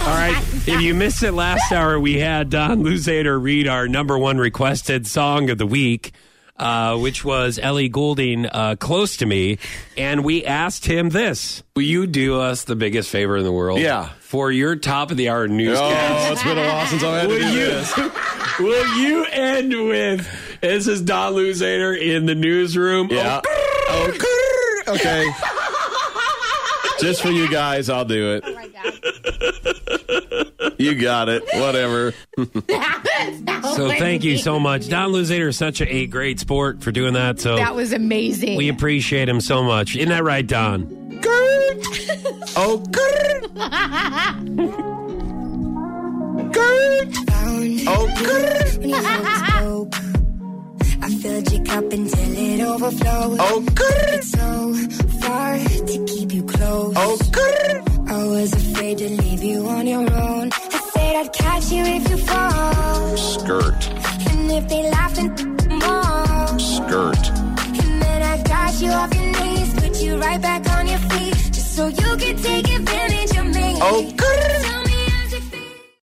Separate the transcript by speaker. Speaker 1: All right. If you missed it last hour, we had Don Luzader read our number one requested song of the week, uh, which was Ellie Goulding, uh, Close to Me. And we asked him this Will you do us the biggest favor in the world?
Speaker 2: Yeah.
Speaker 1: For your top of the hour newscast.
Speaker 2: Oh, it's been a while since I've had to
Speaker 1: Will
Speaker 2: do
Speaker 1: you,
Speaker 2: this.
Speaker 1: will you end with this is Don Luzader in the newsroom?
Speaker 2: Yeah. Oh, grrr. okay. Just for you guys, I'll do it.
Speaker 3: Oh my God.
Speaker 2: You got it. Whatever.
Speaker 1: So thank you so much. Don Luzader is such a, a great sport for doing that. So
Speaker 3: That was amazing.
Speaker 1: we appreciate him so much. Isn't that right, Don?
Speaker 2: Oh, grrr. Grrr. Oh, grrr.
Speaker 4: I filled your cup until it overflowed.
Speaker 2: Oh, grrr.
Speaker 4: So far to keep you close.
Speaker 2: Oh, grrr.
Speaker 4: I was afraid to leave you on your own. I said I'd catch you if you fall.
Speaker 2: Skirt.
Speaker 4: And if they laughed and more.
Speaker 2: Skirt.
Speaker 4: And then I got you off your knees, put you right back on your feet. Just so you can